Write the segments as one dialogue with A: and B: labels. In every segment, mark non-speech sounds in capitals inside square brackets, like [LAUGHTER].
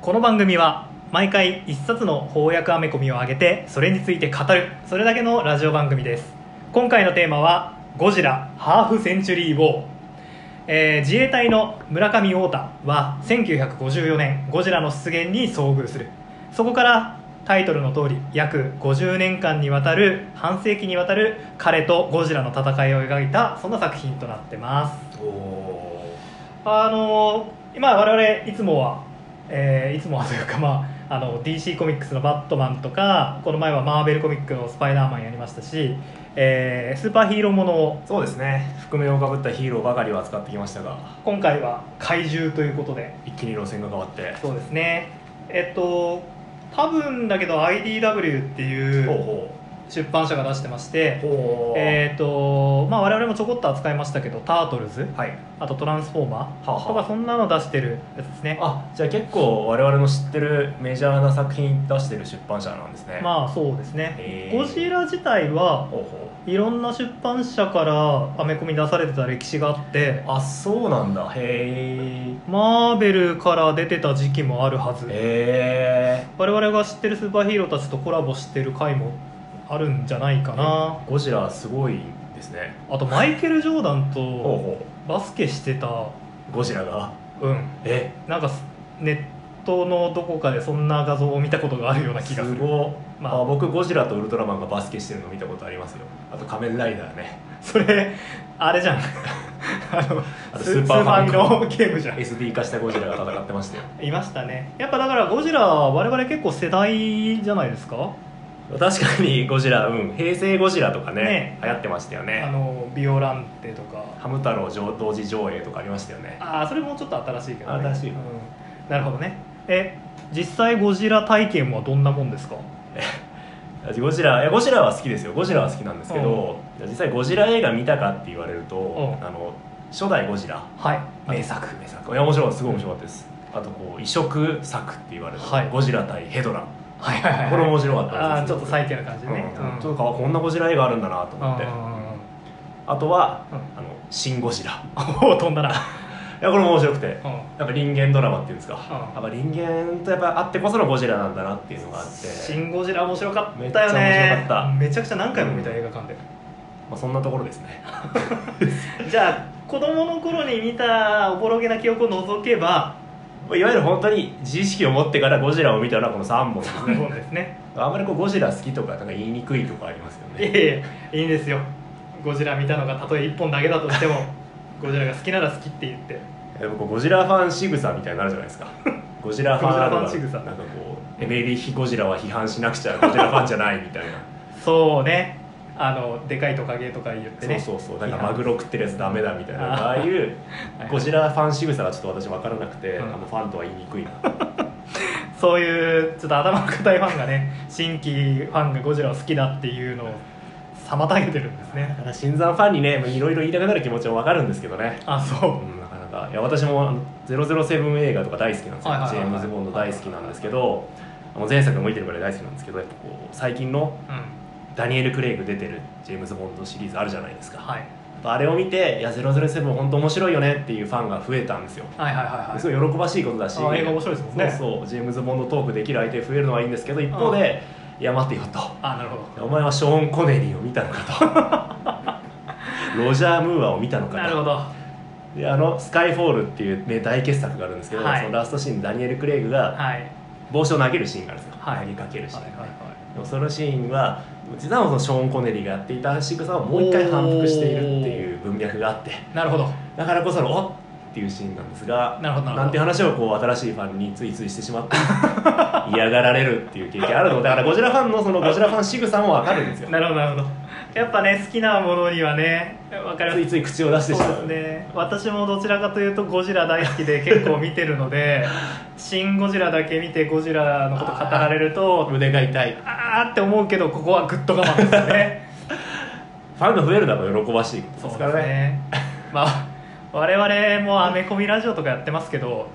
A: この番組は毎回一冊の翻訳アメコミを上げてそれについて語るそれだけのラジオ番組です今回のテーマは「ゴジラハーフセンチュリーウォー」えー自衛隊の村上太田は1954年ゴジラの出現に遭遇するそこからタイトルの通り約50年間にわたる半世紀にわたる彼とゴジラの戦いを描いたそんな作品となってます
B: おお
A: あの今我々いつもは、えーいつもはというか、まあ、あの DC コミックスの「バットマン」とかこの前はマーベルコミックの「スパイダーマン」やりましたし、えースーパーヒーローものを
B: そうですね覆面をかぶったヒーローばかりは使ってきましたが
A: 今回は怪獣ということで
B: 一気に路線が変わって
A: そうですねえっと多分だけど IDW ってい
B: ほう
A: う出版社が出してまして
B: ほうほう
A: えっとまあ我々もちょこっと扱いましたけど「タートルズ」
B: はい
A: あと「トランスフォーマ
B: はあ
A: ー」とか
B: は
A: そんなの出してるやつですね
B: あじゃあ結構我々の知ってるメジャーな作品出してる出版社なんですね
A: まあそうですね
B: へー
A: ゴジラ自体は
B: ほうほ
A: いろんな出版社からアメコミ出されてた歴史があって
B: うあそうなんだへ
A: マーベルから出てた時期もあるはず
B: えへえ
A: 我々が知ってるスーパーヒーローたちとコラボしてる回もあるんじゃないかな
B: ゴジラすごいですね
A: あとマイケル・ジョーダン
B: ほう
A: と
B: ほ
A: バスケしてた
B: うゴジラが
A: うん
B: え
A: なんかネットのどこかでそんな画像を見たことがあるような気がす
B: す
A: る
B: ごい、
A: ま
B: ま
A: あ
B: あ、僕ゴジラとウルトラマンがバスケしてるの見たことありますよあと仮面ライダーね
A: それあれじゃん [LAUGHS] あの
B: あと
A: ス
B: スー
A: ー
B: パ
A: パー
B: ー
A: フ
B: フ
A: ァ
B: ァ
A: ミ
B: ミ
A: の
B: コ
A: ゲームじゃん
B: SD 化したゴジラが戦ってましたよ
A: いましたねやっぱだからゴジラは我々結構世代じゃないですか、
B: 確かにゴジラうん平成ゴジラとかね
A: ね
B: 流行ってましたよ
A: あ
B: ね
A: のビオランテとか
B: ハム太郎上同時上映とかありましたよね
A: ああそれもちょっと新しいけど、ね、
B: 新しい
A: うん、なるほどねえ実際ゴジラ体験はどんなもんですか
B: ゴジラいやゴジラは好きですよゴジラは好きなんですけど、実際ゴジラ映画見たかって言われると、
A: うん
B: あの初代ゴジラ
A: はい名作
B: 名作いや面白いすごい面白かったですあとこう異色作って言われる、
A: はい
B: ゴジラ対ヘドラ
A: はいはいはい
B: これ面白かった
A: あ
B: で
A: ー
B: す
A: ちょっとサイケな感じでね、
B: うん
A: うん
B: ちょっとこんなゴジラ映画あるんだなと思ってあ
A: う
B: とは、
A: うん
B: あのシン・ゴジラ [LAUGHS]
A: んおお飛んだな、
B: いやこれも面白くて
A: うん、
B: なんか人間ドラマっていうんですか、
A: ん
B: やっぱ人間とやっぱあってこそのゴジラなんだなっていうのがあって、
A: シン・ゴジラ面白かったよね
B: めっちゃ面白かった
A: めちゃくちゃ何回も見た映画館で、
B: まあ、そんなところですね
A: じゃあ子供の頃に見たおぼろげな記憶を除けば
B: まあいわゆる本当に自意識を持ってからゴジラを見たのはこの3本です
A: 3
B: ね
A: 本ですね
B: あんまりこうゴジラ好きとかなんか言いにくいとかありますよ
A: いや
B: ね
A: いやいいんですよゴジラ見たのがたとえ1本だけだとしても [LAUGHS] ゴジラが好きなら好きって言って
B: やっぱこうゴジラファン仕草みたいになるじゃないですかゴジラファンな
A: ゴジラファン仕草
B: なんかこうエメリヒ・ゴジラは批判しなくちゃゴジラファンじゃないみたいな [LAUGHS]
A: そうねあのでかいトカゲとか言ってね
B: そうそうそうなんかマグロ食ってるやつダメだみたいなああいう
A: はい
B: ゴジラファン仕草がちょっと私分からなくて、
A: うん
B: あのファンとは言いにくいな
A: そういうちょっと頭の固いファンがね新規ファンがゴジラを好きだっていうのを妨げてるんですね
B: ただ新参ファンにねいろいろ言いたくなる気持ちもわかるんですけどね、
A: あそう
B: うん、なかなかいや私もあの007映画とか大好きなんですよ、
A: はいはいはいはい
B: ジェームズ・ボンド大好きなんですけど、もう前作も見てるぐらい大好きなんですけどやっぱこう最近の
A: うん
B: ダニエル・クレイグ出てるジェームズ・ボンドシリーズあるじゃないですか、
A: はい、
B: あれを見ていや007本当面白いよねっていうファンが増えたんですよ
A: はいはいはいはい
B: すごい喜ばしいことだし
A: あ映画面白いですもんね
B: そうそうジェームズ・ボンドトークできる相手増えるのはいいんですけど一方で、いや待てよと
A: あなるほど
B: お前はショーン・コネリーを見たのか
A: [LAUGHS]
B: とロジャー・ムーアを見たのかと
A: なるほど
B: であの「スカイフォール」っていう、ね、大傑作があるんですけど、
A: はい
B: そのラストシーンダニエル・クレイグが
A: はい
B: 帽子を投げるシーンがあるんですよ、
A: はい
B: 投げかけるシーン、
A: はいはいはい
B: でもそのシーンは実はそのショーン・コネリーがやっていた仕草をもう一回反復しているっていう文脈があって
A: なるほど
B: だからこその「おっ!」っていうシーンなんですが
A: なるほどなるほど
B: んて話をこう新しいファンについついしてしまって嫌がられるっていう経験あるのでだからゴジラファンのそのゴジラファン仕草もわかるんですよ
A: なるほどなるほどやっぱね好きなものにはねわかりま
B: つ
A: す
B: いつい口を出してしまう
A: そうですね私もどちらかというとゴジラ大好きで結構見てるので「シン・ゴジラ」だけ見てゴジラのこと語られると
B: 胸が痛いフ
A: あーって思うけどここはグッと我慢ですね
B: ァンが増えるのは喜ばしいことですからね
A: まあ我々もアメコミラジオとかやってますけど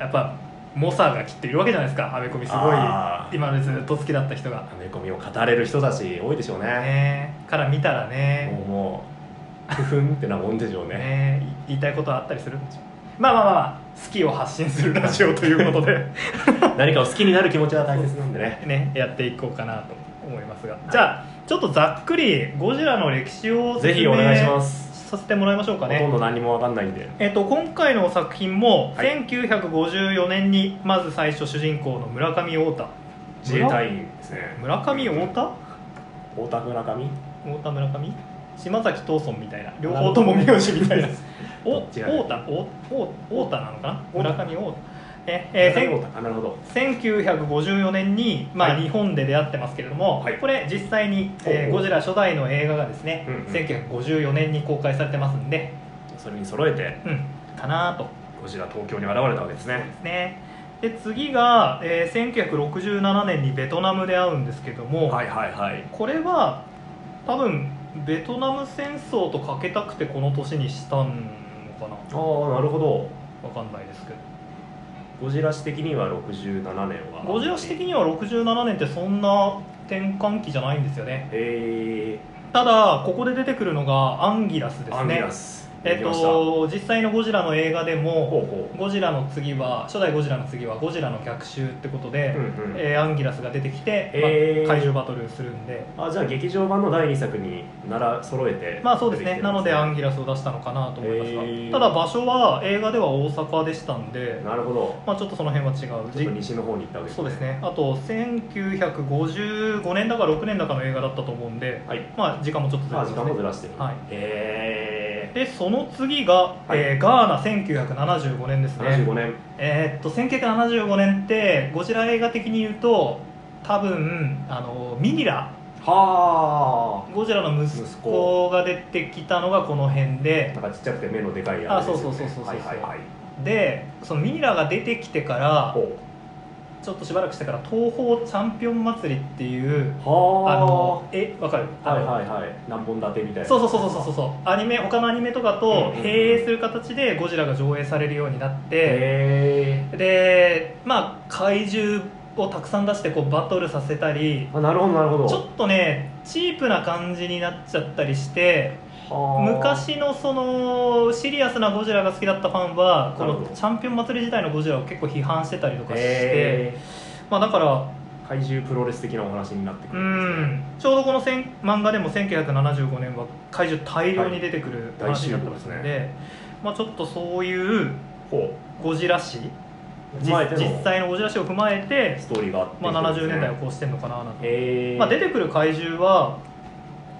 A: やっぱ猛者がきっといるわけじゃないですかアメコミすごい
B: あー
A: 今までずっと好きだった人が、
B: アメコミを語れる人たち多いでしょうね
A: ね、から見たらね
B: もうもうふふんってなもんでしょうね
A: ね言いたいことはあったりするんでしょうまあまあまあ好きを発信するラジオということで
B: 何かを好きになる気持ちが大切なんでね
A: ねやっていこうかなと思いますがじゃあちょっとざっくりゴジラの歴史を
B: ぜひお願いします
A: させてもらいましょうか
B: ほとん
A: ね
B: ど何もわかんないんで
A: えっと、今回の作品も
B: はい
A: 1954年にまず最初主人公の村上太田
B: 自衛隊員ですね
A: 村上太田
B: 太田村上
A: 太田村上島崎藤村みたいな両方とも名字みたいなお
B: [LAUGHS] どっ
A: 太
B: ち
A: 田
B: が
A: おお太田なのかな
B: お
A: 村上太田ええー
B: 村
A: せ
B: 上
A: ん
B: 太田あなるほど
A: 1954年に、ま
B: は
A: あ、
B: い
A: 日本で出会ってますけれども、
B: はい
A: これ実際に、えー
B: ほうほう
A: ゴジラ初代の映画がですね、
B: うんうん
A: 1954年に公開されてますんで、
B: それに揃えて
A: うん、かなと
B: ゴジラ東京に現れたわけですね
A: ですねで次が、えー1967年にベトナムで会うんですけども、
B: はいはいはい
A: これは多分ベトナム戦争とかけたくてこの年にしたのかな
B: ああなるほど
A: わかんないですけど
B: ゴジラ史的には67年は
A: ゴジラ史的には67年ってそんな転換期じゃないんですよね
B: え
A: ただここで出てくるのがアンギラスです
B: ー、
A: ね
B: アンギラス
A: えっ
B: できましたほ
A: と実際のゴジラの映画で
B: う
A: も
B: ほう
A: ゴジラの次は初代ゴジラの次はゴジラの逆襲ってことで、
B: うんうん
A: えーアンギラスが出てきて、まあ
B: えー
A: 怪獣バトルするんで
B: あじゃあ劇場版の第2作になら揃えて
A: まあそうです
B: 出て
A: ね
B: きてる
A: なのでアン
B: ん
A: ギラスを出したのかなと思いますが、
B: えー
A: ただ場所は映画では大阪でしたんで、
B: なるほど
A: まあ、ちょっとその辺は違う
B: ちょっと西の方に行ったわけ
A: そうですねあと1955年だか6年だかの映画だったと思うんで、
B: はい
A: まあ時間もちょっとずれ
B: まあ
A: て
B: 時
A: ます
B: 間も
A: ね
B: ずらしてる
A: はい
B: え
A: でその次が、
B: はい
A: えーガーナ1975年です
B: ー、
A: ね
B: 75年
A: えーっと1975年ってゴジラ映画的に言うと多分あのミニラ
B: は
A: ゴジラの息
B: 息
A: 子
B: 子
A: が出てきたのがこの辺で
B: あなんかちっちゃくて目のでかいや
A: あ
B: つ
A: そうそうそうそうそうそう
B: はいはいはい
A: でそのミニラが出てきてから
B: ほ
A: ちょっとしばらくしてから東宝チャンピオン祭りっていう
B: うは
A: あ
B: あ
A: のえわかるあ
B: は
A: の
B: いはいはい何本立てみたいな
A: そうそうそうそうそうそうアニメ他のアニメとかと
B: うんうんうん
A: 併映する形でゴジラが上映されるようになって、
B: へ
A: でまあ怪獣をたくさん出してこうバトルさせたり
B: えなるほどなるほど
A: ちょっとねチープな感じになっちゃったりして
B: はあ
A: 昔のそのシリアスなゴジラが好きだったファンはこ
B: なる
A: の
B: ほど
A: チャンピオン祭り自体のゴジラを結構批判してたりとかして
B: へ
A: まあだから
B: ー怪獣プロレス的なお話になってく
A: う
B: るんですね
A: んちょうどこのせん漫画でも1975年は怪獣大量に出てくる
B: はい
A: 話になってますので,、
B: 大集合
A: まあ、ちょっとそういう
B: ほ
A: ゴジラ史
B: う
A: 実実際のゴジラ史を踏まえて、
B: ストーリーがあって
A: まあ、70年代を
B: を
A: こうしてるのかななんて
B: へえ
A: まあ、出てくる怪獣は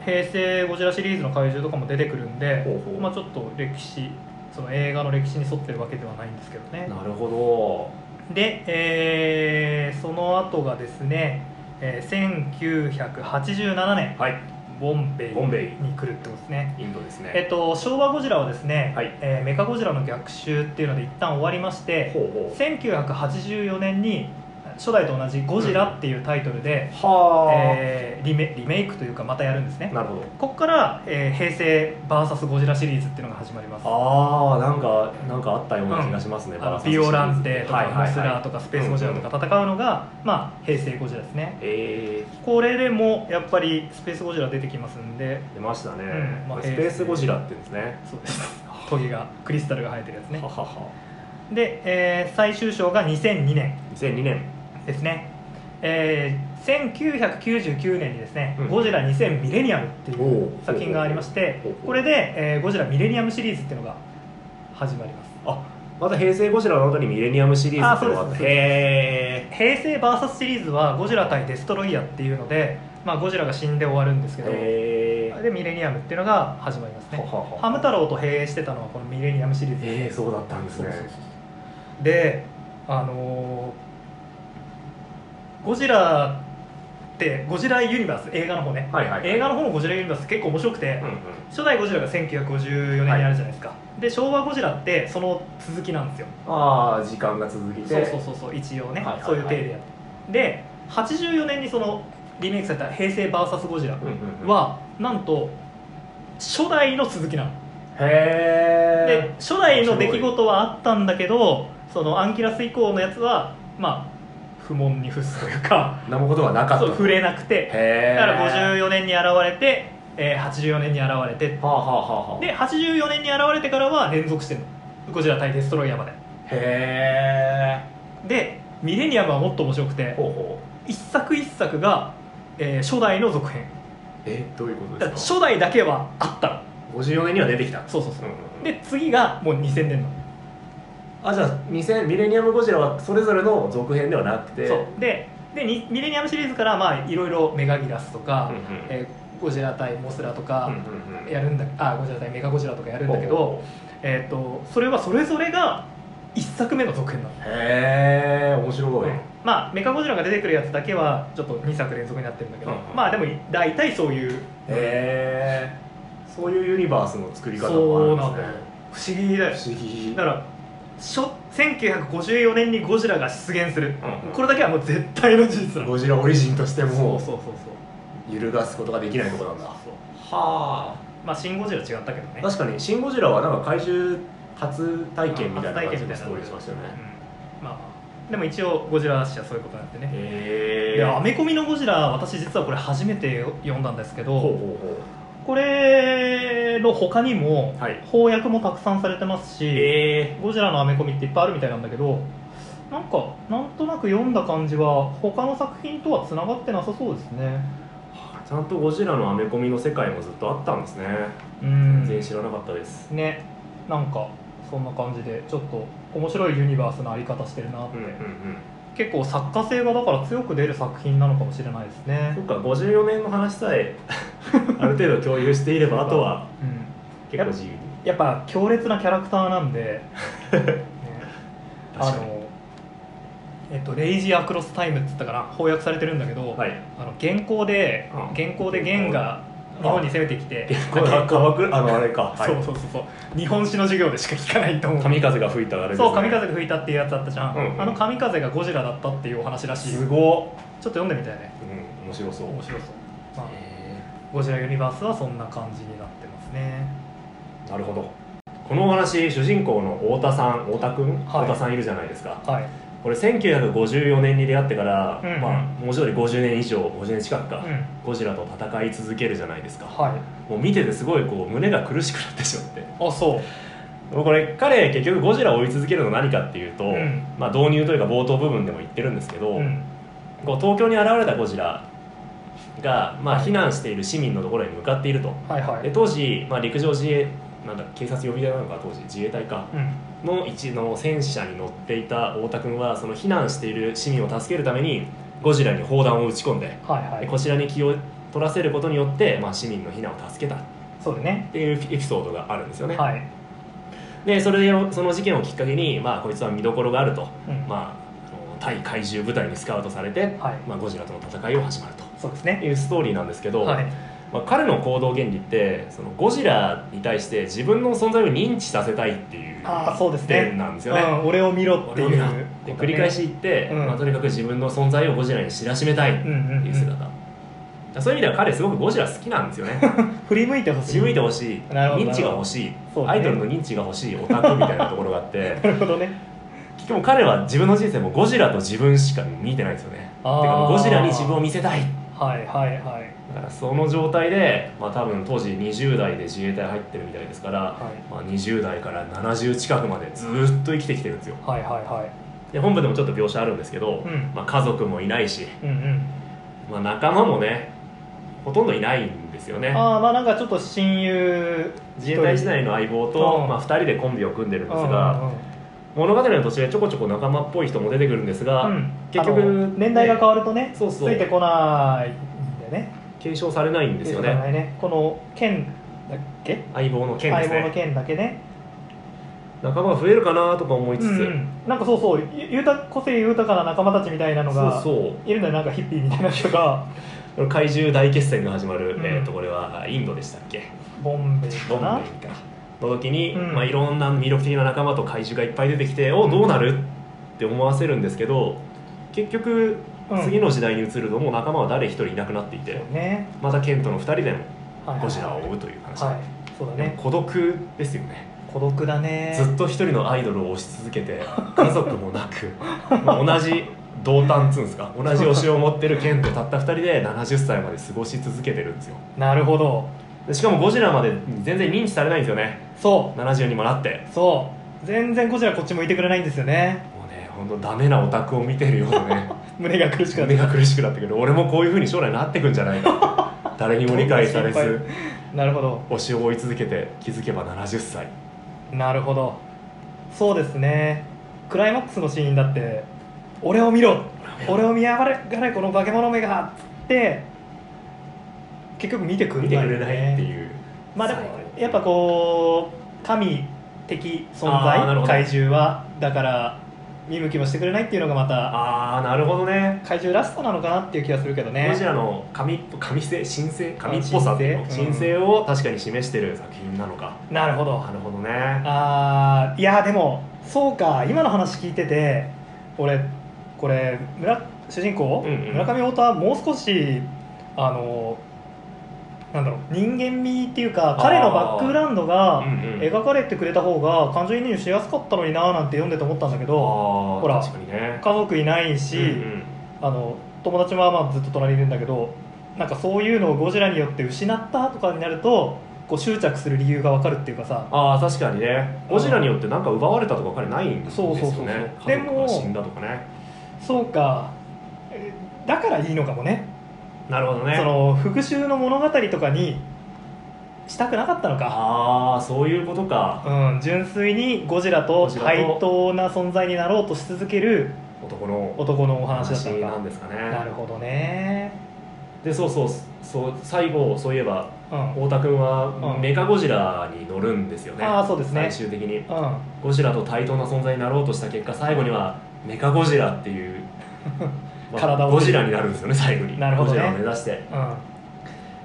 A: 平成ゴジラシリーズの怪獣とかも出てくるんで
B: ほうほう
A: まあ、ちょっと歴史その映画の歴史に沿ってるわけではないんですけどね
B: なるほ
A: で、えーその後がですね、えー1987年
B: どはい
A: ボンベイ
B: ボンベイ
A: に来るってことですね
B: インドですね
A: えっと、昭和ゴジラはですね、
B: はい
A: えーメカゴジラの逆襲っていうので一旦終わりまして
B: ほうほう
A: 1984年に初代と同じ「ゴジラ」っていうタイトルで、
B: は
A: えーリメリメイクというかまたやるんですね
B: なるほど
A: ここから、えー平成 VS ゴジラシリーズっていうのが始まります
B: ああなんかなんかあったような気がしますね、
A: あの
B: バーサス
A: ビオランテと
B: は
A: か
B: いはいはい
A: モスラーとかスペースゴジラとか戦うのが、まあ、平成ゴジラですね
B: え
A: これでもやっぱりスペースゴジラ出てきますんで
B: ー、出ましたね、
A: うんまあ
B: これスペースゴジラって言うんですね
A: そうです [LAUGHS] トゲがクリスタルが生えてるやつね
B: ははは
A: で、えー最終章が2002年
B: 2002年
A: ですね、えー1999年にですね、
B: うん
A: ゴジラ2000ミレニアムってい
B: おう
A: う作品がありまして
B: ほうほうほう
A: これで、えーゴジラミレニアムシリーズっていうのが始まります
B: あまた平成ゴジラの後にミレニアムシリーズってのがあ
A: あ
B: っ
A: そうです
B: てへ
A: 平成 VS シリーズはゴジラ対デストロイヤーっていうので、まあ、ゴジラが死んで終わるんですけ
B: ー
A: ど
B: へー
A: でミレニアムっていうのが始まりますね
B: ははは
A: ハム太郎と併営してたのはこのミレニアムシリーズ
B: えー、そうだったんです
A: そう
B: ね
A: そうそうそうであのーゴジラってゴジラユニバース映画の方ね、
B: はいはい
A: 映画の方のゴジラユニバース結構面白くて、
B: うんうん
A: 初代ゴジラが1954年にあるじゃないですか、で昭和ゴジラってその続きなんですよ
B: ああ時間が続きて
A: そうそうそうそう一応ね、
B: はいはいはい
A: そういう体でやってで84年にそのリメイクされた「平成 VS ゴジラ
B: うんうんうん、
A: は」なんと初代の続きなので
B: へえ
A: 初代の出来事はあったんだけどそのアンキラス以降のやつはまあ不問に付すというか
B: 何もことはなかっ
A: そ
B: た
A: う触れなくて
B: へえ
A: だから54年に現れて、えー84年に現れて
B: はあはあはあはあ
A: で84年に現れてからは連続してるのゴジラ対デストロイヤーまで
B: へ
A: でミレニアムはもっと面白くて
B: えほうほう
A: 一作一作が、えー初代の続編
B: えどういうこと
A: だから
B: ですか
A: 初代だけはあったの
B: 54年には出てきた
A: そうそうそううん
B: うんうん
A: で次がもう2000年の
B: あじゃあ2000ミレニアムゴジラはそれぞれの続編ではなくて
A: そうででにミレニアムシリーズからまあいろいろメガギラスとか、
B: うんうん
A: えーゴジラ対モスラと
B: うん
A: か
B: うんうん
A: やるんだ、あゴジラ対メガゴジラとかやるんだけ
B: ほう
A: ど、
B: ほ
A: えー、とそれはそれぞれが一作目の続編なの、
B: うへえ面白い
A: まあメカゴジラが出てくるやつだけはちょっと2作連続になってるんだけど、
B: うんうん
A: まあでも大体そういう
B: へえそういうユニバースの作り方
A: そうな
B: も
A: んだ
B: ある
A: よ
B: んで
A: 不思議だよ
B: すね不思議
A: だからしょ1954年にゴジラが出現する、
B: うんうん
A: これだけはもう絶対の事実なの
B: ゴジラオリジンとして
A: そう
B: も
A: そうそうそう
B: 揺るがすことができないとこなんだは
A: そう
B: あ
A: まあシン・ゴジラ違ったけどね
B: 確かに「シン・ゴジラ」はなんか怪獣初体験みたいな
A: 初体
B: 感
A: 験
B: じ
A: みた
B: の
A: い
B: ス
A: な
B: トーリーしましたよね
A: うんまあまあでも一応ゴジラ誌はそういうことになってね、
B: へ
A: でアメコミのゴジラ私実はこれ初めて読んだんですけど
B: ほうほうほ
A: これの他にも
B: うはい
A: 翻訳もたくさんされてますし、
B: え
A: ゴジラのアメコミっていっぱいあるみたいなんだけどなんかなんとなく読んだ感じは他の作品とはつながってなさそうですね
B: ちゃんとゴジラのアメコミの世界もずっとあったんですね
A: うん
B: 全然知らなかったです
A: ねなんかそんな感じでちょっと面白いユニバースのあり方してるなって、
B: うんうんうん
A: 結構作家性がだから強く出る作品なのかもしれないですね
B: そっか54年の話さ [LAUGHS] えある程度共有していればあとは
A: うん
B: 結構自由に
A: やっぱ強烈なキャラクター
B: [LAUGHS]
A: なんで、ねあ
B: 確かに
A: のえっと「レイジ・アクロス・タイム」っつったから翻訳されてるんだけど、
B: はい
A: あの原稿で
B: うん
A: 原稿でゲンが日本に攻めてきて
B: 結構あ川くあのあれか、はい、
A: [LAUGHS] そうそうそうそう日本史の授業でしか聞かないと思う
B: 神風が吹いたあれです、ね、
A: そう神風が吹いたっていうやつだったじゃん、
B: うんうん
A: あの神風がゴジラだったっていうお話らしい
B: す
A: ちょっ
B: ご
A: と読んでみたいね
B: っ、うん、面白そう
A: 面白そう、まあ
B: へ
A: ゴジラユニバースはそんな感じになってますね
B: ーなるほどこのお話主人公の太田さん太田くん、
A: はい
B: 太田さんいるじゃないですか
A: はい、
B: これ1954年に出会ってから、
A: うんうん
B: まあ文字通り50年以上50年近くか、
A: うん、
B: ゴジラと戦い続けるじゃないですか、
A: はい
B: もう見ててすごいこう胸が苦しくなってしまって
A: あそう
B: これ彼結局ゴジラを追い続けるの何かっていうと、
A: うん
B: まあ、導入というか冒頭部分でも言ってるんですけど、
A: うん
B: こう東京に現れたゴジラが、まあ、
A: はい
B: 避難している市民のところに向かっていると
A: はいは
B: で
A: い
B: 当時、まあ、陸上自衛なんだ警察予備隊なのか当時自衛隊か
A: うん
B: の一の戦車に乗っていた太田君はその避難している市民を助けるためにゴジラに砲弾を撃ち込んで
A: はいはい
B: でこちらに気を取らせることによって、まあ、市民の避難を助けたっ
A: そうだね
B: ていうエピソードがあるんですよね、
A: はい、
B: でそれでその事件をきっかけに、まあ、こいつは見どころがあると、
A: うん
B: まあ、あの対怪獣部隊にスカウトされて、
A: はい
B: まあ、ゴジラとの戦いを始まると
A: そうですね
B: いうストーリーなんですけど、
A: はい
B: まあ、彼の行動原理ってそのゴジラに対して自分の存在を認知させたいっていう
A: あーそうですね
B: 点なんですよね。
A: うん、俺を見ろって
B: 俺
A: い
B: を
A: う
B: 見ろで繰り返し言って、
A: うん
B: まあ、とにかく自分の存在をゴジラに知らしめたいっ
A: う
B: て
A: んうん、う、
B: いうん姿、そういう意味では彼すごくゴジラ好きなんで
A: [LAUGHS]
B: すよね
A: 振り向いてほしい
B: 自分いてほしい
A: なるほど
B: 認知が欲しい、
A: そうだ
B: ア
A: ね
B: イドルの認知が欲しいオタクみたいなところがあって
A: なるほどね
B: しかも彼は自分の人生もゴジラと自分しか見てないんですよねて
A: あー
B: かゴジラに自分を見せたい
A: はいはいはい
B: だからその状態で、まあ、多分当時20代で自衛隊入ってるみたいですから、
A: はい
B: まあ、20代から70近くまでずーっと生きてきてるんですよ
A: はいはい
B: で本部でもちょっと描写あるんですけど、
A: うん
B: まあ、家族もいないし、
A: はいうん
B: まあ、仲間もねほとんどいないんですよ
A: う
B: ね
A: んああまあなんかちょっと親友
B: 自衛隊時代の相棒
A: う
B: と、
A: ん
B: まあ、2人でコンビを組んでるんです
A: うん
B: が
A: うん
B: 物語の途中でちょこちょこ仲間っぽい人も出てくるんですが、
A: うんうん、
B: 結局
A: あの年代が変わるとね
B: そうそう
A: ついてこないんでね
B: 継承されないんですよ
A: ついてこ
B: ね
A: ないねこの剣だっけ
B: 相棒の剣で
A: 相
B: す
A: 棒の
B: ね
A: 剣だけね
B: 仲間が増えるかなとか思いつつ、
A: うんうん、なんかそうそうゆゆうた個性豊かな仲間たちみたいなのが
B: そうそう
A: いるのよなんかヒッピーみたいな人が
B: この怪獣大決戦が始まる、
A: うん
B: えー、とこれはインドでしたっけ
A: ボンベイ
B: ボ
A: か
B: ン
A: な
B: ベイかの時に、
A: うん
B: まあ、いろんな魅力的な仲間と怪獣がいっぱい出てきておどうなるって思わせるんですけど結局、
A: うん
B: 次の時代に移るともう仲間は誰一人いなくなっていて
A: ね、
B: またケントの2人でも
A: はいはいはい
B: ゴジラを追うという話、
A: はいそうだ
B: でも
A: ね
B: 孤独ですよね
A: 孤独だね
B: ずっと一人のアイドルを推し続けて家族もなくまあ同じ同担っつうんですか同じ推しを持ってるケンとたった2人で70歳まで過ごし続けてるんですよ
A: なるほど
B: でしかもゴジラまで全然認知されないんですよね
A: そ
B: 70にもなって
A: うそ全然こちらこっち向いてくれないんですよね
B: もうね本当ダメなオタクを見てるようなね
A: [LAUGHS] 胸が苦しくなって
B: 目が苦しくなってくる俺もこういうふうに将来なってくんじゃないかって誰にも理解さ
A: ど
B: れ
A: んな
B: ず
A: 心なるほど
B: 推しを追い続けて気づけば70歳
A: なるほどそうですねクライマックスのシーンだって「俺を見ろ俺を見やがれこの化け物めが」っつって結局見てくん
B: 見
A: な
B: て
A: い
B: く
A: よ
B: れないって
A: ね
B: いう
A: まあでも
B: 最後
A: やっぱこう神的存
B: あーな
A: 在
B: るほど
A: 怪獣はだから見向きもしてくれないっていうのがまた
B: ああなるほどね
A: 怪獣らしさなのかなっていう気がするけどね
B: ゴジラの神っぽ神性神性神っぽさっていうの
A: 神性うん
B: 神性を確かに示してる作品なのか
A: なるほど
B: なるほどね
A: あーいやーでもそうか今の話聞いてて俺これ村主人公、
B: うんうん
A: 村上太田はもう少しあのなんだろう人間味っていうか
B: あー
A: 彼のバックグラウンドが
B: うんうん
A: 描かれてくれた方が感情移入しやすかったのになーなんて読んでて思ったんだけど
B: あ
A: ほら
B: あ確かにね
A: 家族いないし、
B: うんうん
A: あの友達もまあずっと隣にいるんだけどなんかそういうのをゴジラによって失ったとかになるとこう執着する理由がわかるっていうかさ
B: ああ確かにねゴジラによって何か奪われたとか彼ないんですよ
A: そう
B: ね
A: そうそうそう
B: 家
A: で
B: 族
A: も
B: が死んだとかね
A: そうかえーだからいいのかもね
B: なるほどね
A: その復讐の物語とかにしたくなかったのか、
B: ああそういうことか
A: うん、純粋にゴジラと
B: ゴジラと
A: 対等な存在になろうとし続ける
B: 男の
A: 男のお話だっ
B: 話
A: たの
B: な
A: か
B: んですかね
A: なるほどね
B: でそうそうそう最後そういえば
A: うん、うん、
B: 太田君
A: う
B: は
A: ん
B: メカゴジラに乗るんですよね、
A: あーそうですね
B: 最終的にゴジラと対等な存在になろうとした結果最後にはメカゴジラっ
A: [LAUGHS]
B: ていう、まあ
A: 体を
B: ゴジラになるんですよね最後に
A: なるほどね
B: ゴジラを目指して
A: うん、あ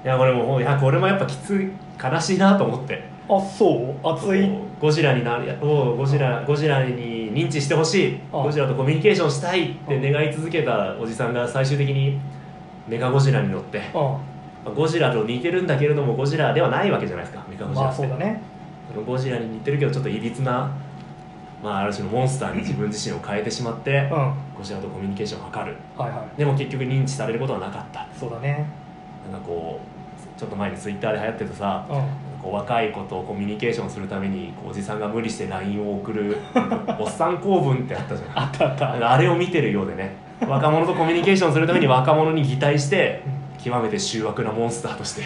B: いやこれもういやこれもやっぱきつい悲しいなと思って
A: そう熱い
B: ゴジラになるをゴジラゴジラに認知してほしい
A: あ
B: ゴジラとコミュニケーションしたいって願い続けたおじさんが最終的にメカゴジラに乗って
A: う
B: ゴジラと似てるんだけれどもゴジラではないわけじゃないですかメカゴ
A: ん
B: ジラ
A: まあ
B: って、
A: そうだね
B: そのゴジラに似てるけどちょっといびつな、まあ、ある種のモンスターに自分自身を変えてしまっ
A: う
B: て
A: んはい
B: ゴジラとコミュニケーションを図る
A: は
B: でも結局認知されることはなかった
A: いそうだね
B: なんかこうちょっと前にツイッターで流行ってたさ
A: うん
B: こう若い子とコミュニケーションするためにこうおじさんが無理して LINE を送るおっさん公文ってあったじゃ
A: あったあった
B: んあれを見てるようでね若者とコミュニケーションするために若者に擬態して
A: うん
B: 極めて醜悪なモンスターとして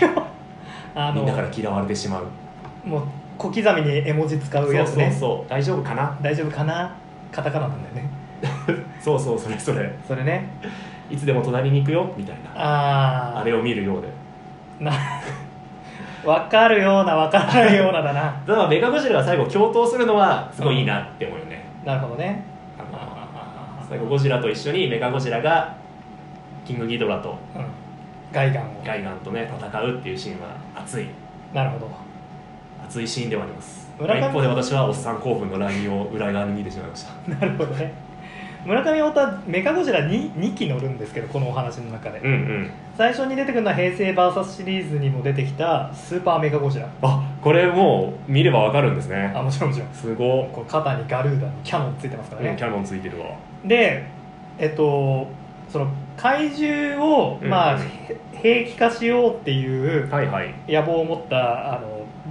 A: あ
B: みんなから
A: の
B: 嫌われてしまう
A: もう小刻みに絵文字使う
B: そ
A: や
B: う
A: つ
B: そう
A: ね
B: そう大丈夫かな
A: 大丈夫かなカタカナなんだよね
B: そうそうそれそれ
A: それね
B: いつでも隣に行くよみたいな
A: ああ [LAUGHS]
B: あれを見るようで
A: な分かるような分からないようなだ
B: [LAUGHS]
A: な
B: ただメカゴジラが最後共闘するのはすごいいいなって思うよね
A: なるほどね
B: あの最後ゴジラと一緒にメカゴジラがキングギドラと
A: うんガイガンを
B: ガイガンとね戦うっていうシーンは熱い
A: なるほど
B: 熱いシーンではあります、
A: 村上
B: まあ一方で私はおっさん興奮のラインを裏側に見てしまいました
A: なるほどね村上太田メカゴジラ 2, 2期乗るんですけどこのお話の中で
B: うんうん
A: 最初に出てくるのは平成 VS シリーズにも出てきたスーパーメカゴジラ
B: あこれもう見ればわかるんですね
A: あもちろんもちろん
B: すご
A: こう肩にガルーダのキャノンついてますか
B: っ、
A: らね、
B: うんキャノンついてるわ
A: でえっとその怪獣を、
B: うん
A: まあ
B: うん
A: へ兵器化しようっていう
B: はいはい
A: 野望を持ったあの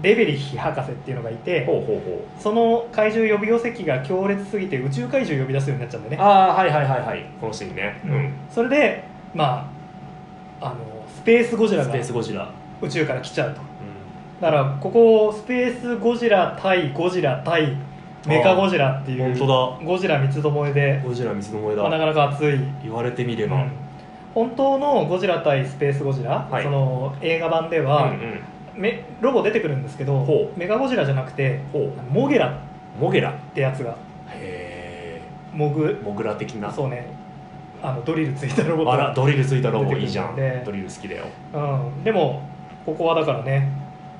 A: デベリヒ博士っていうのがいて
B: ほうほうほ
A: その怪獣呼び寄せ機が強烈すぎて宇宙怪獣を呼び出すようになっちゃうんで
B: う
A: ね、
B: ああはいはいはいはいこのシーンねうん
A: それでまああのスペースゴジラ
B: ス
A: が
B: ペースゴジラ、
A: 宇宙から来ちゃうとだからここスペースゴジラ対ゴジラ対メカゴジラって
B: うん、
A: いう
B: 本当
A: ゴジラ三つどもえで
B: だ、ゴジラ水の萌え
A: まあ、な
B: だ
A: かなか熱い
B: 言われてみれば、うん
A: 本当のゴジラ対スペースゴジラ、
B: はい
A: その映画版では、
B: うん
A: めロボ出てくるんですけど
B: ほう
A: メガゴジラじゃなくて
B: ほ
A: モゲラ
B: うモゲラ
A: ってやつが
B: へ
A: モ
B: え
A: グ
B: モグラ的な
A: そうねあのドリルついたロボット
B: あらドリルついたロボいいじゃん
A: 出てくるんで
B: ドリル好きだよ
A: うん、でもここはだからね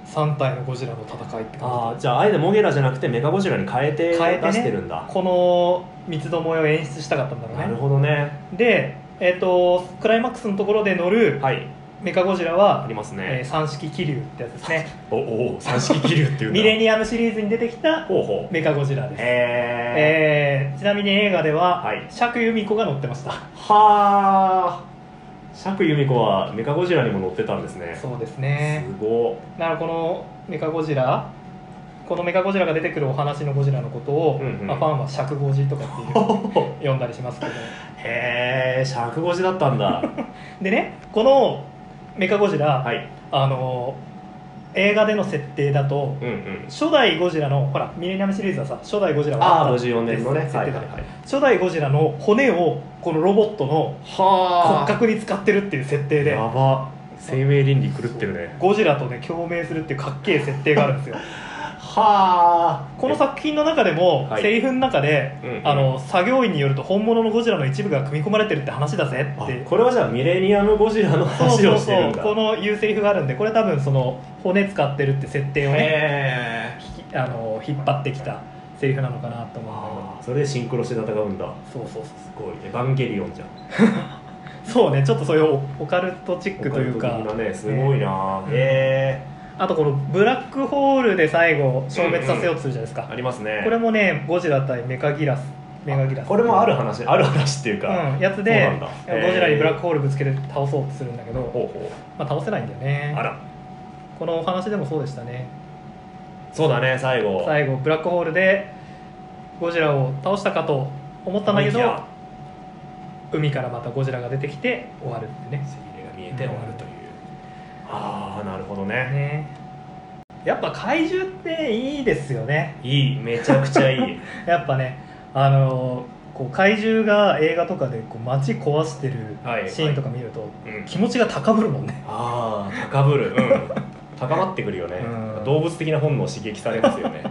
A: 3体のゴジラの戦いって
B: あ
A: 感
B: あ
A: じ
B: じゃああえてモゲラじゃなくてメカゴジラに変えて
A: 変えてね
B: 出してるんだ、
A: この三つどもえを演出したかったんだろう
B: なる
A: ね
B: ほどね
A: でえっ、とクライマックスのところで乗る
B: はい
A: メカゴジラ
B: あ
A: は、
B: ります
A: えー
B: ね、
A: 三色桐生ってやつです
B: [LAUGHS]
A: ね
B: おおお三色気流っていう
A: ミレ
B: ニ
A: ニアムシリーズに出てきた
B: ほうほう
A: メカゴジラです
B: へえ
A: えーちなみに映画では、
B: はい
A: 釈由美子が乗ってました
B: ー、はあ釈由美子はメカゴジラにも乗ってたんですね
A: そうですね
B: すご
A: だからこのメカゴジラここのメカゴジラが出てくるお話のゴジラのことを、
B: うんうん
A: まあ、ファンは尺ゴジとかっていう
B: [LAUGHS]
A: 呼んだりしますけど
B: へえ尺五時だったんだ
A: でねこのメカゴジラ、
B: はい
A: あの映画での設定だと、
B: うんうん
A: 初代ゴジラのほらミレニアムシリーズはさ初代ゴジラは
B: ああ
A: った
B: 54年のね
A: 設定
B: は
A: だ
B: い
A: よ
B: はいはい
A: 初代ゴジラの骨をこのロボットの
B: は
A: 骨格に使ってるっていう設定で
B: やば生命倫理狂ってるね
A: ゴジラとね共鳴するっていうかっけえ設定があるんですよ
B: はあ
A: この作品の中でも、
B: はい
A: セリフの中で、
B: うんうん
A: あの作業員によると本物のゴジラの一部が組み込まれてるって話だぜ
B: あ
A: って
B: これはじゃあミレニアムゴジラの
A: そう
B: 話
A: そ
B: を
A: う
B: してる
A: そ
B: ん
A: う
B: だ
A: このいうセリフがあるんでこれ多分その骨使ってるって設定をね
B: へえ
A: ひあの引っ張ってきたセリフなのかなと思うんだ
B: あーそれでシンクロして戦う
A: け
B: んだ
A: どそうそうそう
B: すごいエヴァンゲリオンじゃん
A: そうねちょっとそういうオオカルトチックという
B: オカ
A: か
B: ルト的なねすごいな
A: ね
B: へ
A: あとこのブラックホールで最後消滅させようとするじゃないですか、
B: えありますね
A: これもねゴジラ対メカギラスメガギラス
B: これもある話ある話っていうか、
A: うん、やつ
B: そう
A: で
B: なんだへー
A: ゴジラにブラックホールぶつけて倒そうとするんだけど、
B: ほうほ
A: まあ、倒せないんだよ
B: う
A: ね
B: あら
A: このお話でもそうでしたね
B: そうだね最後
A: 最後ブラックホールでゴジラを倒したかと思ったんだけど
B: 思いきや
A: 海からまたゴジラが出てきて終わるってね
B: 背びれが見えて終わるという、ああなるほどね
A: ねやっぱ怪獣っていいですよね
B: いいめちゃくちゃい [LAUGHS] い
A: やっぱねあのーこう怪獣が映画とかでこう街壊してる
B: はい
A: シーンとか見ると
B: うん
A: 気持ちが高ぶるもんね
B: ああ高ぶる、うん、 [LAUGHS] 高まってくるよね、
A: うん
B: 動物的な本能刺激されますよね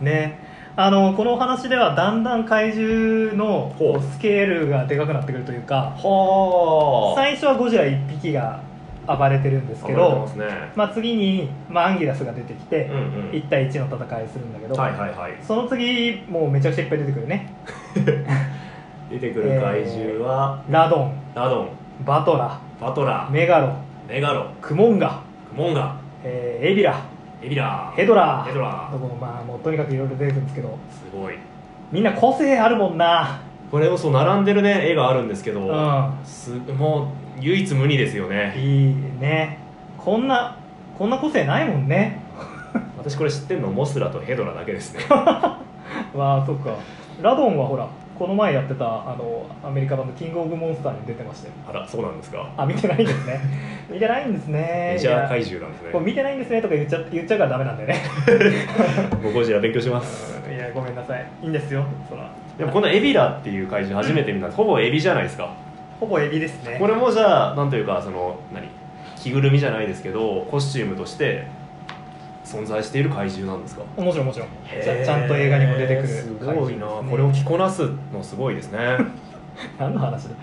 A: ねあのこのお話ではだんだん怪獣の
B: ほう
A: こうスケールがでかくなってくるというか
B: [LAUGHS] は
A: 最初はゴジラ1匹が暴れてるんですけど
B: ますね
A: まあ、次に、まあ、アンギラスが出てきて
B: うんうん
A: 1対1の戦いするんだけど、
B: はいはいはい
A: その次もうめちゃくちゃいっぱい出てくるね
B: 出てくる怪獣は、
A: ラドン
B: ラドン
A: バトラ
B: バトラ
A: メガロ
B: メガロ
A: クモンガ、
B: クモンガ
A: えーエビラ
B: エビラ
A: ヘドラ
B: ヘドラ
A: どこもまあもうとにかくいろいろ出てくるんですけど
B: すごい
A: みんな個性あるもんな
B: これもそう並んでるね絵があるんですけど、
A: う
B: すもう唯一無二ですよ
A: ん
B: ね
A: いいねこんなこんな個性ないもんね
B: 私これ知ってんのモスラとヘドラだけです [LAUGHS] ね
A: わあそっかラドンはほらこの前やってたあのアメリカ版の「キングオブモンスター」にも出てましたよ
B: あらそうなんですか
A: あ見てないんです
B: [LAUGHS]
A: ね見てないんですね
B: メジャー
A: い
B: 怪獣なんです
A: やこう
B: ね
A: 見てないんですねとか言っちゃ言っちゃうからダメなんだよね
B: 僕ゴジラ勉強します
A: うんいやごめんなさいいいんですよそら
B: [LAUGHS] でもこのエビラっていう怪獣初めて見たんですほぼエビじゃないですか
A: ほぼエビですね
B: これもじゃあなんというかその何着ぐるみじゃないですけどコスチュームとして存在している怪獣なんですか
A: もちろんもちろんち
B: へ
A: ゃ
B: ー
A: ちゃんと映画にも出てくる
B: すごいな
A: 感じですね
B: これを着こなすのすごい [LAUGHS] ですね
A: 何の
B: [LAUGHS]
A: 話だ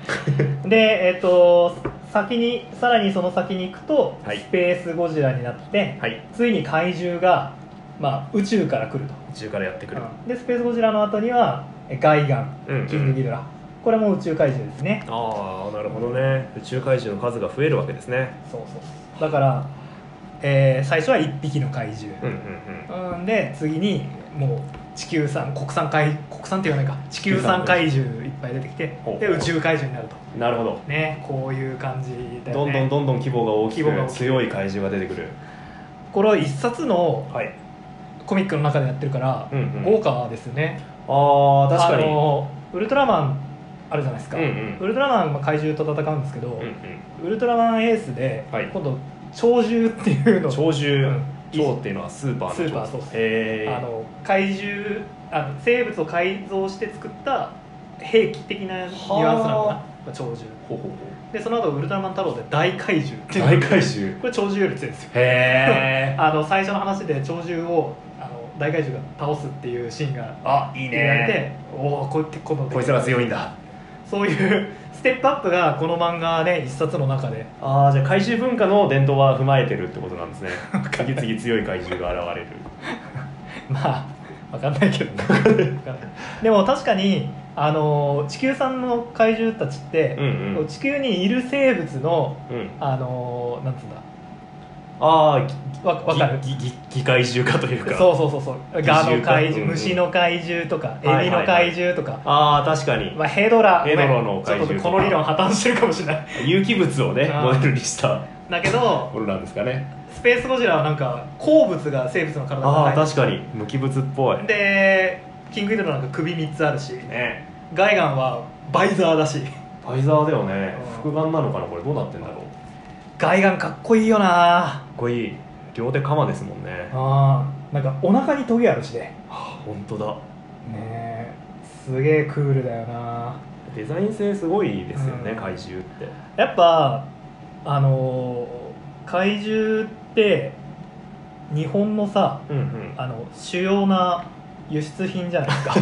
A: でえっ、と先にさらにその先に行くと、
B: はい
A: スペースゴジラになって
B: はい
A: ついに怪獣が、まあ、宇宙から来ると、
B: 宇宙からやってくる
A: うんでスペースゴジラの後にはえガイガン
B: うんうん
A: キングギドラ、これも宇宙怪獣ですね
B: ああなるほどね宇宙怪獣の数が増えるわけですね
A: そうそうだから、えー最初は1匹の怪獣、
B: うんうん
A: うん、で次にもう地球産国産怪国産って言わないか地球産怪獣いっぱい出てきて
B: ほう
A: で宇宙怪獣になると
B: うんなるほど
A: ねこういう感じだよ
B: どん
A: ね
B: どんどんどん規模が大き
A: 規模が大
B: く
A: きく
B: 強い怪獣が出てくる
A: これは一冊の
B: はい
A: コミックの中でやってるから、
B: うんうん
A: 豪華ですよね
B: ああ確かに
A: あのウルトラマンあるじゃないですか、
B: うんうん
A: ウルトラマンは怪獣と戦うんですけど、
B: うんうん
A: ウルトラマンエースで、
B: はい
A: 今度鳥獣っていうの
B: 鳥獣、
A: うん
B: 鳥っていうのはスーパーの鳥
A: スーパーそうです
B: へー
A: あの怪獣あの生物を改造して作った兵器的なニュアンスなのかな
B: は
A: まあ鳥獣
B: ほうほうほ
A: でその後ウルトラマン太郎で大怪獣って
B: う
A: いう
B: 大怪獣
A: これ鳥獣より強いですよ
B: へえ
A: あの最初の話で鳥獣をあの大怪獣が倒すっていうシーンが
B: あいい
A: 言われ
B: ね
A: ておおこうやってこの
B: こいつら強いんだ
A: そういうステップアップがこの漫画ね一冊の中で
B: ああじゃあ怪獣文化の伝統は踏まえてるってことなんですね次々強い怪獣が現れる
A: まあ分かんないけどねわかんない [LAUGHS] でも確かにあの地球産の怪獣たちって
B: う、んうん
A: 地球にいる生物の
B: うん
A: あのなんつうんだ
B: あ
A: わ
B: あ
A: 分かる
B: ぎぎぎ怪獣化というか
A: そうそうそうそうガの
B: 獣か
A: 怪
B: うん
A: 獣
B: うん
A: 虫の怪獣とか
B: はいはいはい
A: エビの怪獣とか、
B: ああ確かに
A: まあ、ヘドラ
B: ヘドラの怪
A: ちょ
B: 獣
A: っとこの理論破綻してるかもしれない
B: 有機物をね
A: あー
B: モデルにした
A: だけど
B: ものなんですかね
A: スペースゴジラはなんか鉱物が生物の体に
B: あ
A: 入
B: あ
A: って
B: 確かに無機物っぽい
A: るでキングイドラなんか首3つあるし
B: ね
A: ガイガンはバイザーだし
B: ファイザーだよね
A: うん
B: 複眼なのかなこれどうなってんだろうか
A: ガイガンかっこいいよな
B: っこいい両手鎌ですもんね
A: あーなんかお腹にトゲあるしね
B: はあ本当だ
A: ねえすげえクールだよな
B: デザイン性すごいですよね、
A: うん
B: 怪獣って
A: やっぱあのー怪獣って日本のさ
B: うんうん
A: あの主要な輸出品じゃないですか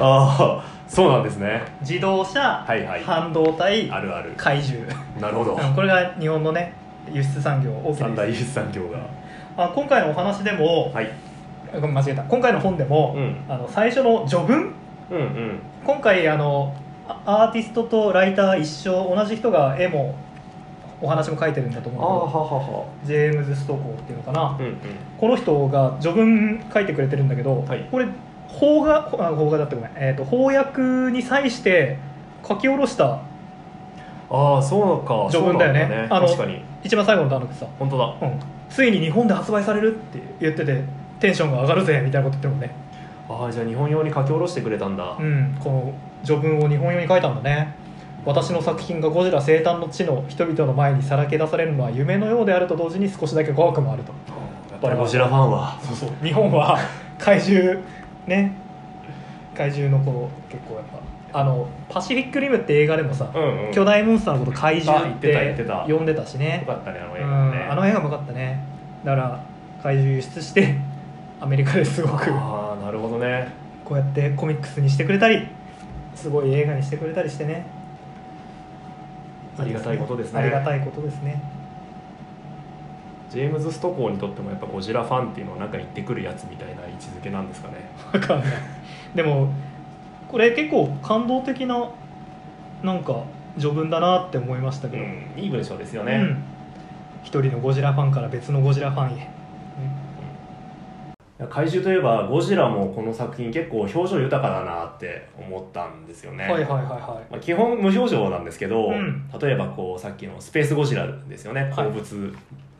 B: ああそうなんですね
A: [LAUGHS] 自動車、
B: はいはい
A: 半導体
B: あるある
A: 怪獣
B: なるほど
A: うんこれが日本のね輸出産業大きい
B: 三大
A: です
B: 輸出産業が
A: あ今回のお話でも、
B: はい
A: ごめん間違えた今回の本でも、
B: ん
A: あの最初の序文
B: うんうん
A: 今回あのあアーティストとライター一緒同じ人が絵もお話も書いてるんだと
B: ああ
A: 思う
B: は
A: んだ
B: はは
A: けどジェームズ・ストコーっていうのかな、
B: うんうん
A: この人が序文書いてくれてるんだけど、
B: はい
A: これ邦画ほあ邦画だってごめん、えー、と翻訳に際して書き下ろした
B: ああそうか
A: 序文だよね
B: そうなん
A: あの
B: 確かに
A: 一番最後の段落でさ、
B: 本当だ
A: うんついに日本で発売されるって言っててテンションが上がるぜみたいなこと言ってるもんね、
B: ああじゃあ日本用に書き下ろしてくれたんだ、
A: うん、この序文を日本用に書いたんだね私の作品がゴジラ生誕の地の人々の前にさらけ出されるのは夢のようであると同時に少しだけ怖くもあると
B: やっぱりゴジラファンは
A: そうそう日本は怪獣ね怪獣のこう結構やっぱあの「パシフィック・リム」って映画でもさ、
B: うん、
A: 巨大モンスターのこと怪獣っ
B: あ言っててた言ってた
A: 呼んでたしね
B: よかったねあの映
A: う
B: 画
A: ん
B: ね
A: あの映画もよかったねだから怪獣輸出してアメリカですごく
B: ああなるほどね
A: こうやってコミックスにしてくれたりすごい映画にしてくれたりしてね
B: ありがたいことですね
A: ありがたいことですね
B: ジェームズ・ストコーにとってもやっぱゴジラファンっていうのはなんか言ってくるやつみたいな位置づけなんですかね
A: わかんないでもこれ結構感動的ななんか序文だなって思いました
B: う
A: けど、
B: んいい文章ですよ
A: う
B: ね、
A: ん一人のゴジラファンから別のゴジラファンへ、ね
B: 怪獣といえばゴジラもこの作品結構表情豊かだなって思ったんですよね、
A: はいはいはいは
B: まあ、基本無表情なんですけど、
A: うん
B: 例えばこうさっきのスペースゴジラですよね
A: はい
B: 鉱物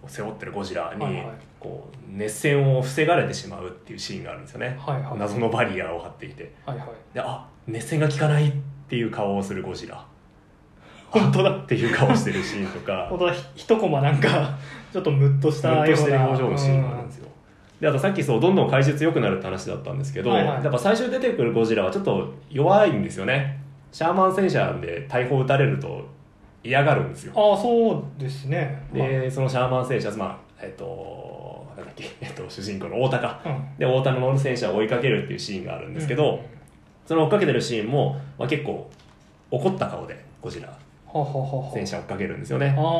B: を背負ってるゴジラ
A: はいは
B: に
A: い
B: こう熱戦を防がれてしまうっていうシーンがあるんですよね
A: いはいはい
B: 謎のバリアを張っていて
A: はいはい
B: であ熱戦が効かないっていう顔をするゴ
A: [LAUGHS]
B: ジラ本当だっていう顔してるシーンとか
A: [LAUGHS] 本当はひ一コマなんか [LAUGHS] ちょっとムッとし
B: ず
A: たよ
B: っと
A: う
B: してる
A: な
B: 表情のシーンがあるんですよ、であとさっきそうどんどん解説良くなるって話だったんですけど、
A: はいはい
B: やっぱ最初出てくるゴジラはちょっと弱いんですよねシャーマン戦車で大砲撃たれると嫌がるんですよ
A: うんああそうですねはい
B: でそのシャーマン戦車まあえっとなんだっけ、えっと、主人公の大田か
A: うん
B: で大田の戦車を追いかけるっていうシーンがあるんですけど、
A: うん
B: その追っかけてるシーンも、まあ、結構怒った顔でゴジラ
A: はははは
B: 戦車を追っかけるんですよ
A: あ
B: ね
A: ああああ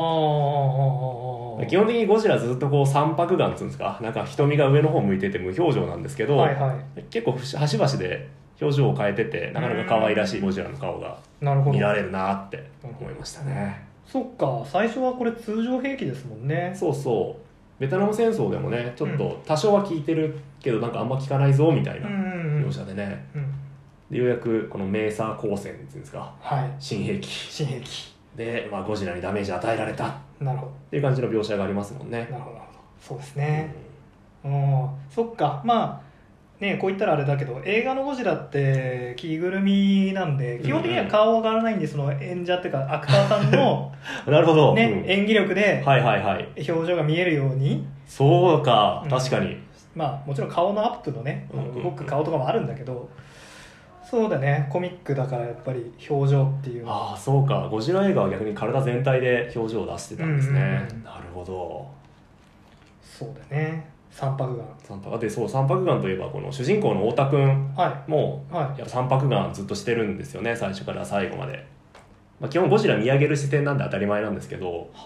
A: ああ
B: 基本的にゴジラずっとこう三白眼っつうんですかなんか瞳が上の方向いてて無表情なんですけど、
A: はいはい
B: 結構端々で表情を変えててなかなか可愛らしいゴジラの顔が
A: なるほ
B: 見
A: ど
B: られるなって思いましたね
A: そっか最初はこれ通常兵器ですもんね
B: そうそうベトナム戦争でもねちょっと多少は効いてるけどなんかあんま効かないぞみたい
A: うんう
B: なん
A: うん
B: 描写でね
A: うん
B: でようやくこのメーサー光線っていうんですか
A: はい
B: 新兵器
A: 新兵器
B: で、まあ、ゴジラにダメージ与えられたっ
A: なるほ
B: ていう感じの描写がありますもんね
A: どなるほどなるほどそうですねうんそっかまあねこう言ったらあれだけど映画のゴジラって着ぐるみなんで基本的には顔は変わらないんでその演者っていうかアクターさんの
B: うんなるほど、
A: ね演技力
B: うん
A: で
B: はいはいはい
A: 表情が見えるように
B: そうか
A: うん
B: 確かに、
A: まあもちろん顔のアップのねあの
B: うんうん
A: 動く顔とかもあるんだけどそうだねコミックだからやっぱり表情っていうのは
B: ああそうかゴジラ映画は逆に体全体で表情を出してたんですね、
A: うんうんうん
B: なるほど
A: そうだね三白眼
B: 三白でそう三白眼といえばこの主人公の太田君
A: は
B: も
A: いは
B: やっぱ三白眼ずっとしてるんですよね最初から最後まで、まあ、基本ゴジラ見上げる視点なんで当たり前なんですけど
A: い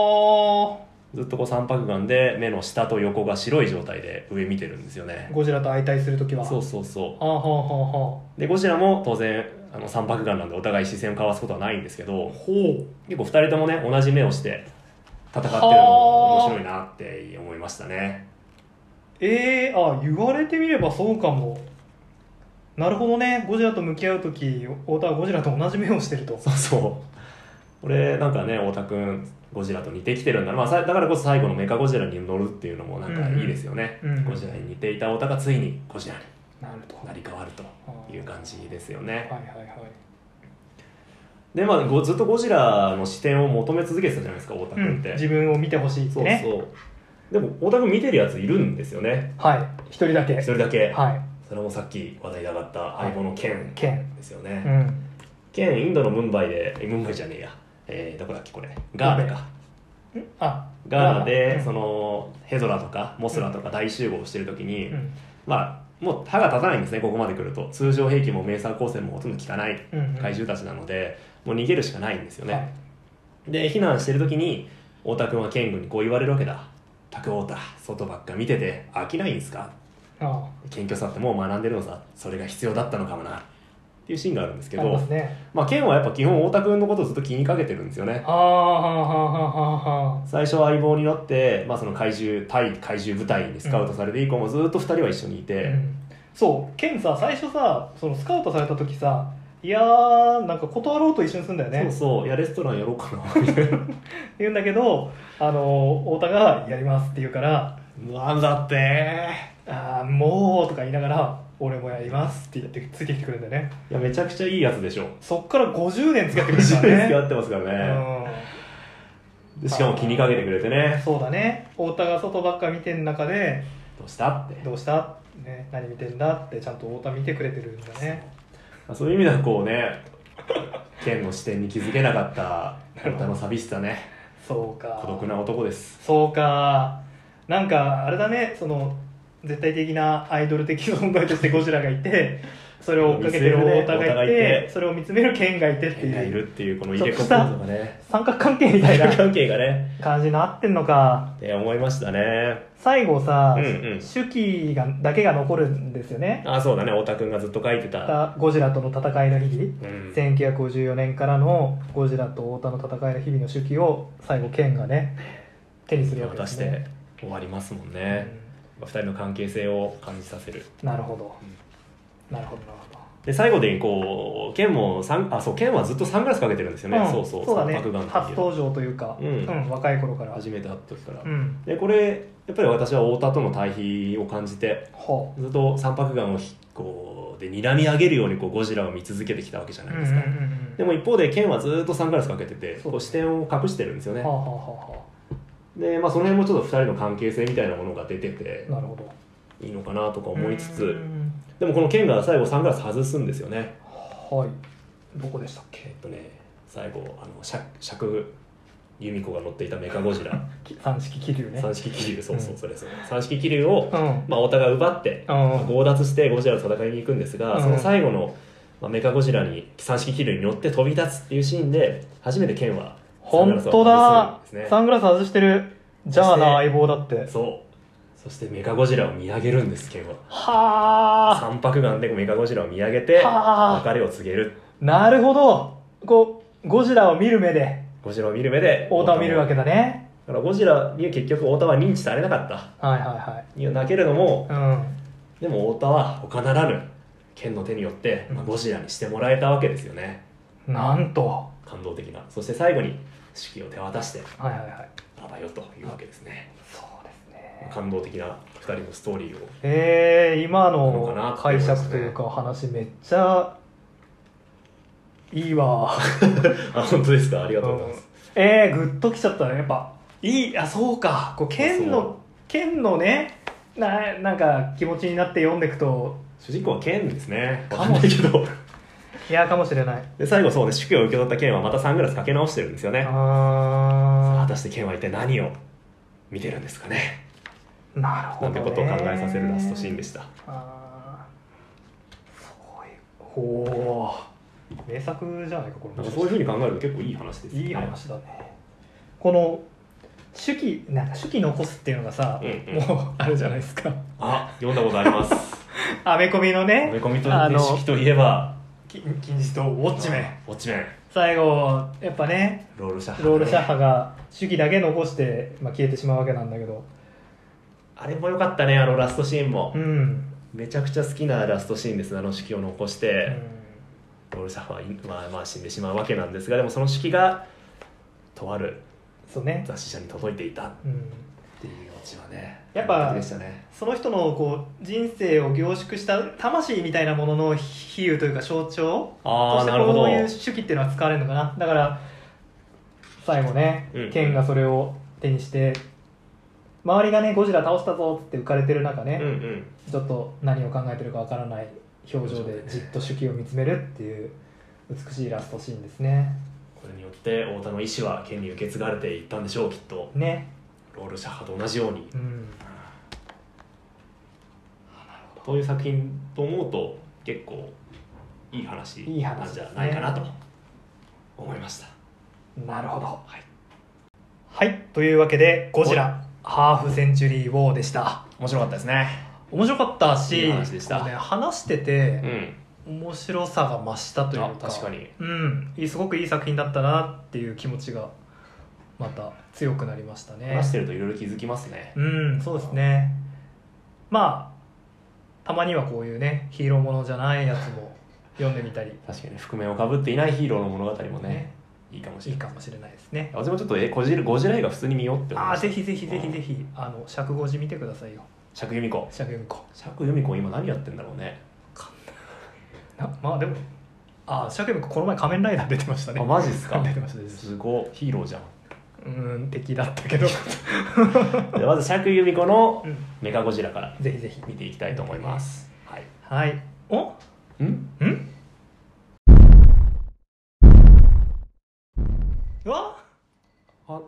A: は
B: ずっとこう三白眼で目の下と横が白い状態で上見てるんですよ
A: あ
B: ね
A: ゴジラと相対する時は
B: そうそうそ
A: あはあは
B: うでゴジラも当然あの三白眼なんでお互い視線を交わすことはないんですけど
A: あほ
B: 結構2人ともね同じ目をして戦ってるのも面白いなって思いましたね
A: えー、あ言われてみればそうかもなるほどねゴジラと向き合う時太田はゴジラと同じ目をしてると
B: そうそうこれなんかね太田君ゴジラと似てきてるんだな、まあ、さだからこそ最後のメカゴジラに乗るっていうのもなんかいいですよね、
A: うんうん
B: ゴジラに似ていた太田がついにゴジラに
A: なると
B: 成り変わると
A: はい
B: いう感じですよね
A: はいはい
B: でまあごずっとゴジラの視点を求め続けてたじゃないですか太田
A: う
B: 君っ
A: ん
B: て、
A: 自分を見てほしいって
B: そう
A: ね
B: そうでも太田君見てるやついるんですよね
A: はい一人だけ
B: 一人だけ、
A: は
B: それもさっき話題に上がった
A: はい
B: 相棒のケ
A: い
B: ン
A: 剣
B: ですよ
A: う
B: ね、
A: ん
B: ケンインドのムンバイでえムンバイじゃねえや、えーどこだっけこれガーナか
A: あ
B: ガーナで、
A: うん
B: そのヘゾラとかモスラとか大集合してる時に、
A: うん
B: まあもう歯が立たないんですねここまで来ると通常兵器も迷彩光線もほとんど効かない
A: うん
B: 怪獣たちなので、もう逃げるしかないんですよね、
A: はい
B: で避難してる時に太田君はケン君にこう言われるわけだ「たく太田外ばっか見てて飽きないんですか?
A: あ」
B: 謙虚さってもう学んでるのさそれが必要だったのかもなっていうシーンがあるんですけ
A: あり
B: ど
A: ますね
B: まあ、ケンはやっぱ基本太田君のことをずっと気にかけてるんですよね
A: はあはあはあはあは
B: 最初は相棒になって、まあ、その怪獣対怪獣部隊にスカウトされて以降もずっと2人は一緒にい
A: あ、
B: て、
A: うんそうケンさ最初さそのスカウトされた時さいやーなんか断ろうと一緒にするんだよね
B: そうそういやレストランやろうかなみたいな
A: 言うんだけどあの太田が「やります」って言うから
B: なんだって
A: 「ああもう」とか言いながら「俺もやります」って言ってついてきてくれるんだよね
B: いやめちゃくちゃいいやつでしょ
A: そっから50年付き合ってくれる
B: [LAUGHS]
A: か
B: 自
A: らね
B: 分付き合ってますからね、でしかも気にかけてくれて
A: うん
B: ね
A: そうだね太田が外ばっか見てる中で
B: どうしたって
A: 「どうした?」ね「何見てんだ?」ってちゃんと太田見てくれてるんだね
B: まあそういう意味ではこうね剣の視点に気づけなかった太田の寂しさね
A: そうか
B: 孤独な男です
A: そうかなんかあれだねその絶対的なアイドル的存在としてゴジラがい
B: [LAUGHS]
A: てそれを追っかけてる
B: 見つめるね
A: 太田がい
B: 太田がい
A: て
B: て
A: それを見つめる剣がいてって
B: 剣がい
A: いう
B: るっていうこの入れ
A: ちょっ
B: 込
A: とした
B: むとかね
A: 三角関係みたい
B: 大
A: な
B: 学関係がね
A: 感じになってんのか
B: って思いましたね
A: 最後さ、
B: うんうん
A: 手記がだけが残るんですよね
B: あそうだね太田君がずっと書いてた、
A: ゴジラとの戦いの日々
B: うん、
A: 1954年からのゴジラと太田の戦いの日々の手記を最後剣がね手にするわけで
B: 渡し
A: す
B: て
A: ね、
B: 終わりますもんね、二人の関係性を感じさせる
A: うんなるほど、なるほどなるほど
B: で最後でこうケンもサンあそうケンはずっとサングラスかけてるんですよね、
A: うん
B: そうそう
A: だね
B: 三角眼
A: 初
B: 鏡
A: 登場というか、
B: うん
A: 若い頃から
B: 初めて会った時から、
A: うん
B: でこれやっぱり私は太田との対比を感じて
A: ほ
B: ずっと三白眼をひこうで睨み上げるようにこうゴジラを見続けてきたわけじゃ
A: う
B: ないですか、でも一方でケンはずっとサングラスかけてて
A: そう
B: こう視点を隠してるんですよね
A: はあはあは
B: で、まあ、その辺もちょっと二人の関係性みたいなものが出てて
A: あなるほど
B: いいのかなとか思いつつ、
A: うん
B: でもこのケンが最後サングラス外すんですよね
A: はいどこでしたっ
B: え
A: け
B: っとね最後あの尺尺由美子が乗っていたメカゴジラ
A: き三式気 [LAUGHS] 流ね
B: 三色気流そうそう
A: うん
B: それそれ三色気流を
A: う、ん
B: まあ、太田が奪って
A: うん
B: 強奪してゴジラの戦いに行くんですが、
A: うん
B: その最後の、まあ、メカゴジラに三色気流に乗って飛び立つっていうシーンで初めてケンはサングラ
A: 本
B: スを
A: 当だ
B: 外すんです
A: サ
B: ね
A: ングラス外してるじゃあな
B: そして
A: 相棒だって
B: そうそしてメカゴジラを見上げるんですケンは
A: はあ
B: 三白眼でメカゴジラを見上げて
A: はあ
B: 別れを告げる
A: なるほどこうゴジラを見る目で
B: ゴジラを見る目で
A: 太田を見るわけだね
B: だからゴジラには結局太田は認知されなかった
A: はいは
B: にはだけれども
A: いはい
B: でも太田は他ならぬ剣の手によって、まあ
A: うん
B: ゴジラにしてもらえたわけですよね
A: うんなんとは
B: 感動的なそして最後に式を手渡して
A: いはいはい
B: あばよというわけですね
A: そうですね
B: 感動的な2人のストーリーを [LAUGHS]
A: えー、今
B: のかな
A: の
B: って
A: 解
B: 思いますね
A: 釈というか話めっちゃいいわ
B: あ本当ですかありがとうございます、
A: うんえー、グッときちゃったねやっぱいいあそうかこう剣
B: そう
A: の剣のねななんか気持ちになって読んでいくと
B: 主人公は剣ですね
A: か
B: わ
A: も
B: かんないけど
A: いやかもしれない
B: で最後そうね式を受け取った剣はまたサングラスかけ直してるんですよね果
A: あ
B: たして剣は一体何を見てるんですかね
A: ーなるほ
B: な
A: ど、
B: ん
A: ね、
B: てことを考えさせるラストシーンでした
A: あーそういうほう名作じゃないかこれ
B: なんかそういうふうに考えると結構いい話ですよね
A: いい話だねこの手記なんか手記残すっていうのがさ、
B: うんうん
A: もうあるじゃないですか
B: あ読んだことあり [LAUGHS] ます
A: アメコミの
B: 埋め
A: ね
B: 込みと
A: あの
B: 電式といえば
A: 金金字塔ウォ
B: ウ
A: ッチメン
B: ウォッチメン
A: 最後やっぱね
B: ロールシャッハ
A: ロールシャッハが手記だけ残して、まあ、消えてしまうわけなんだけど
B: あれも良かったねあのラストシーンも
A: う、ん、
B: めちゃくちゃ好きなラストシーンですあの式を残して、
A: うん
B: ロールシャッハはいまあ、まあ死んでしまうわけなんですがでもその式がとある
A: そうね、
B: 雑誌社に届いていたっ
A: うん、
B: ていうオチはね
A: やっぱ
B: でしたね
A: その人のこう人生を凝縮した魂みたいなものの比喩というか象徴そ
B: ああ
A: して
B: なるほ
A: こ
B: ど
A: ういう手記っていうのは使われるのかなだから最後ね、
B: うん
A: ケンがそれを手にして周りがねゴジラ倒したぞって浮かれてる中ね、
B: うんうん
A: ちょっと何を考えてるかわからない表情
B: 表
A: で
B: 情で
A: じっと手記を見つめるっていう美しいラストシーンですね
B: これによって太田の意思は権利受け継がれていったんでしょうきっと
A: ね
B: ロールシャッハと同じように
A: うん
B: こういう作品と思うと結構いい話
A: いい話
B: な
A: で
B: ん
A: す
B: じ
A: ね
B: ゃないかなと思いました
A: なるほど
B: はい
A: はいというわけで「ゴジラハーフセンチュリー・ウォー」でした
B: 面白かったですね
A: 面白かったし
B: いい話でした
A: こうね、話して
B: う
A: て
B: ん
A: 面白さが増したという
B: あ
A: か
B: 確かに
A: うんいいすごくいい作品だったなっていう気持ちがまた強くなりましたね
B: 話してるといろいろ気づきますね
A: うんそうですねまあたまにはこういうねヒーローものじゃないやつも読んでみたり
B: 確かに覆面をかぶっていないヒーローの物語もね
A: ね
B: いいかもし
A: い
B: れ
A: い
B: な
A: か
B: い
A: もしれないですね
B: 私もちょっとえゴジラゴジラ映画普通に見ようって思
A: あ
B: いま
A: あ
B: した
A: ぜひぜひぜひぜひあの尺五時見てくださいよ
B: 釈由美子
A: 尺読み子
B: 釈由美子今何やってんだろうね
A: なまあでもああ尺読み子この前仮面ライダー出てましたね
B: あマジっ
A: [LAUGHS]
B: すか
A: 出てました出てまし
B: すごいヒーローじゃん
A: たうーん敵だったけ [LAUGHS] ど、
B: でまず釈由美子の
A: うん、
B: メカゴジラから
A: ぜひぜひ
B: 見ていきたいと思いますはい
A: はいお
B: ん
A: んうわ
B: あ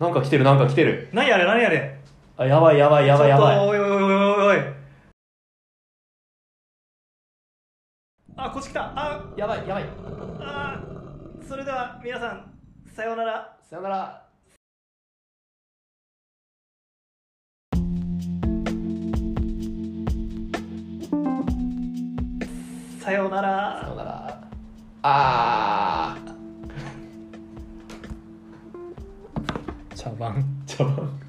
B: なんか来てるなんか来てる
A: 何やれ何やれ
B: あやばいやばいやばいやば
A: ちょっと
B: い
A: おいおいおいおいおいあこっち来たあ
B: やばいやばい
A: あーそれでは皆さんさようなら
B: さよなら
A: さような
B: さ
A: ら
B: よならあ
A: 茶番
B: ー茶番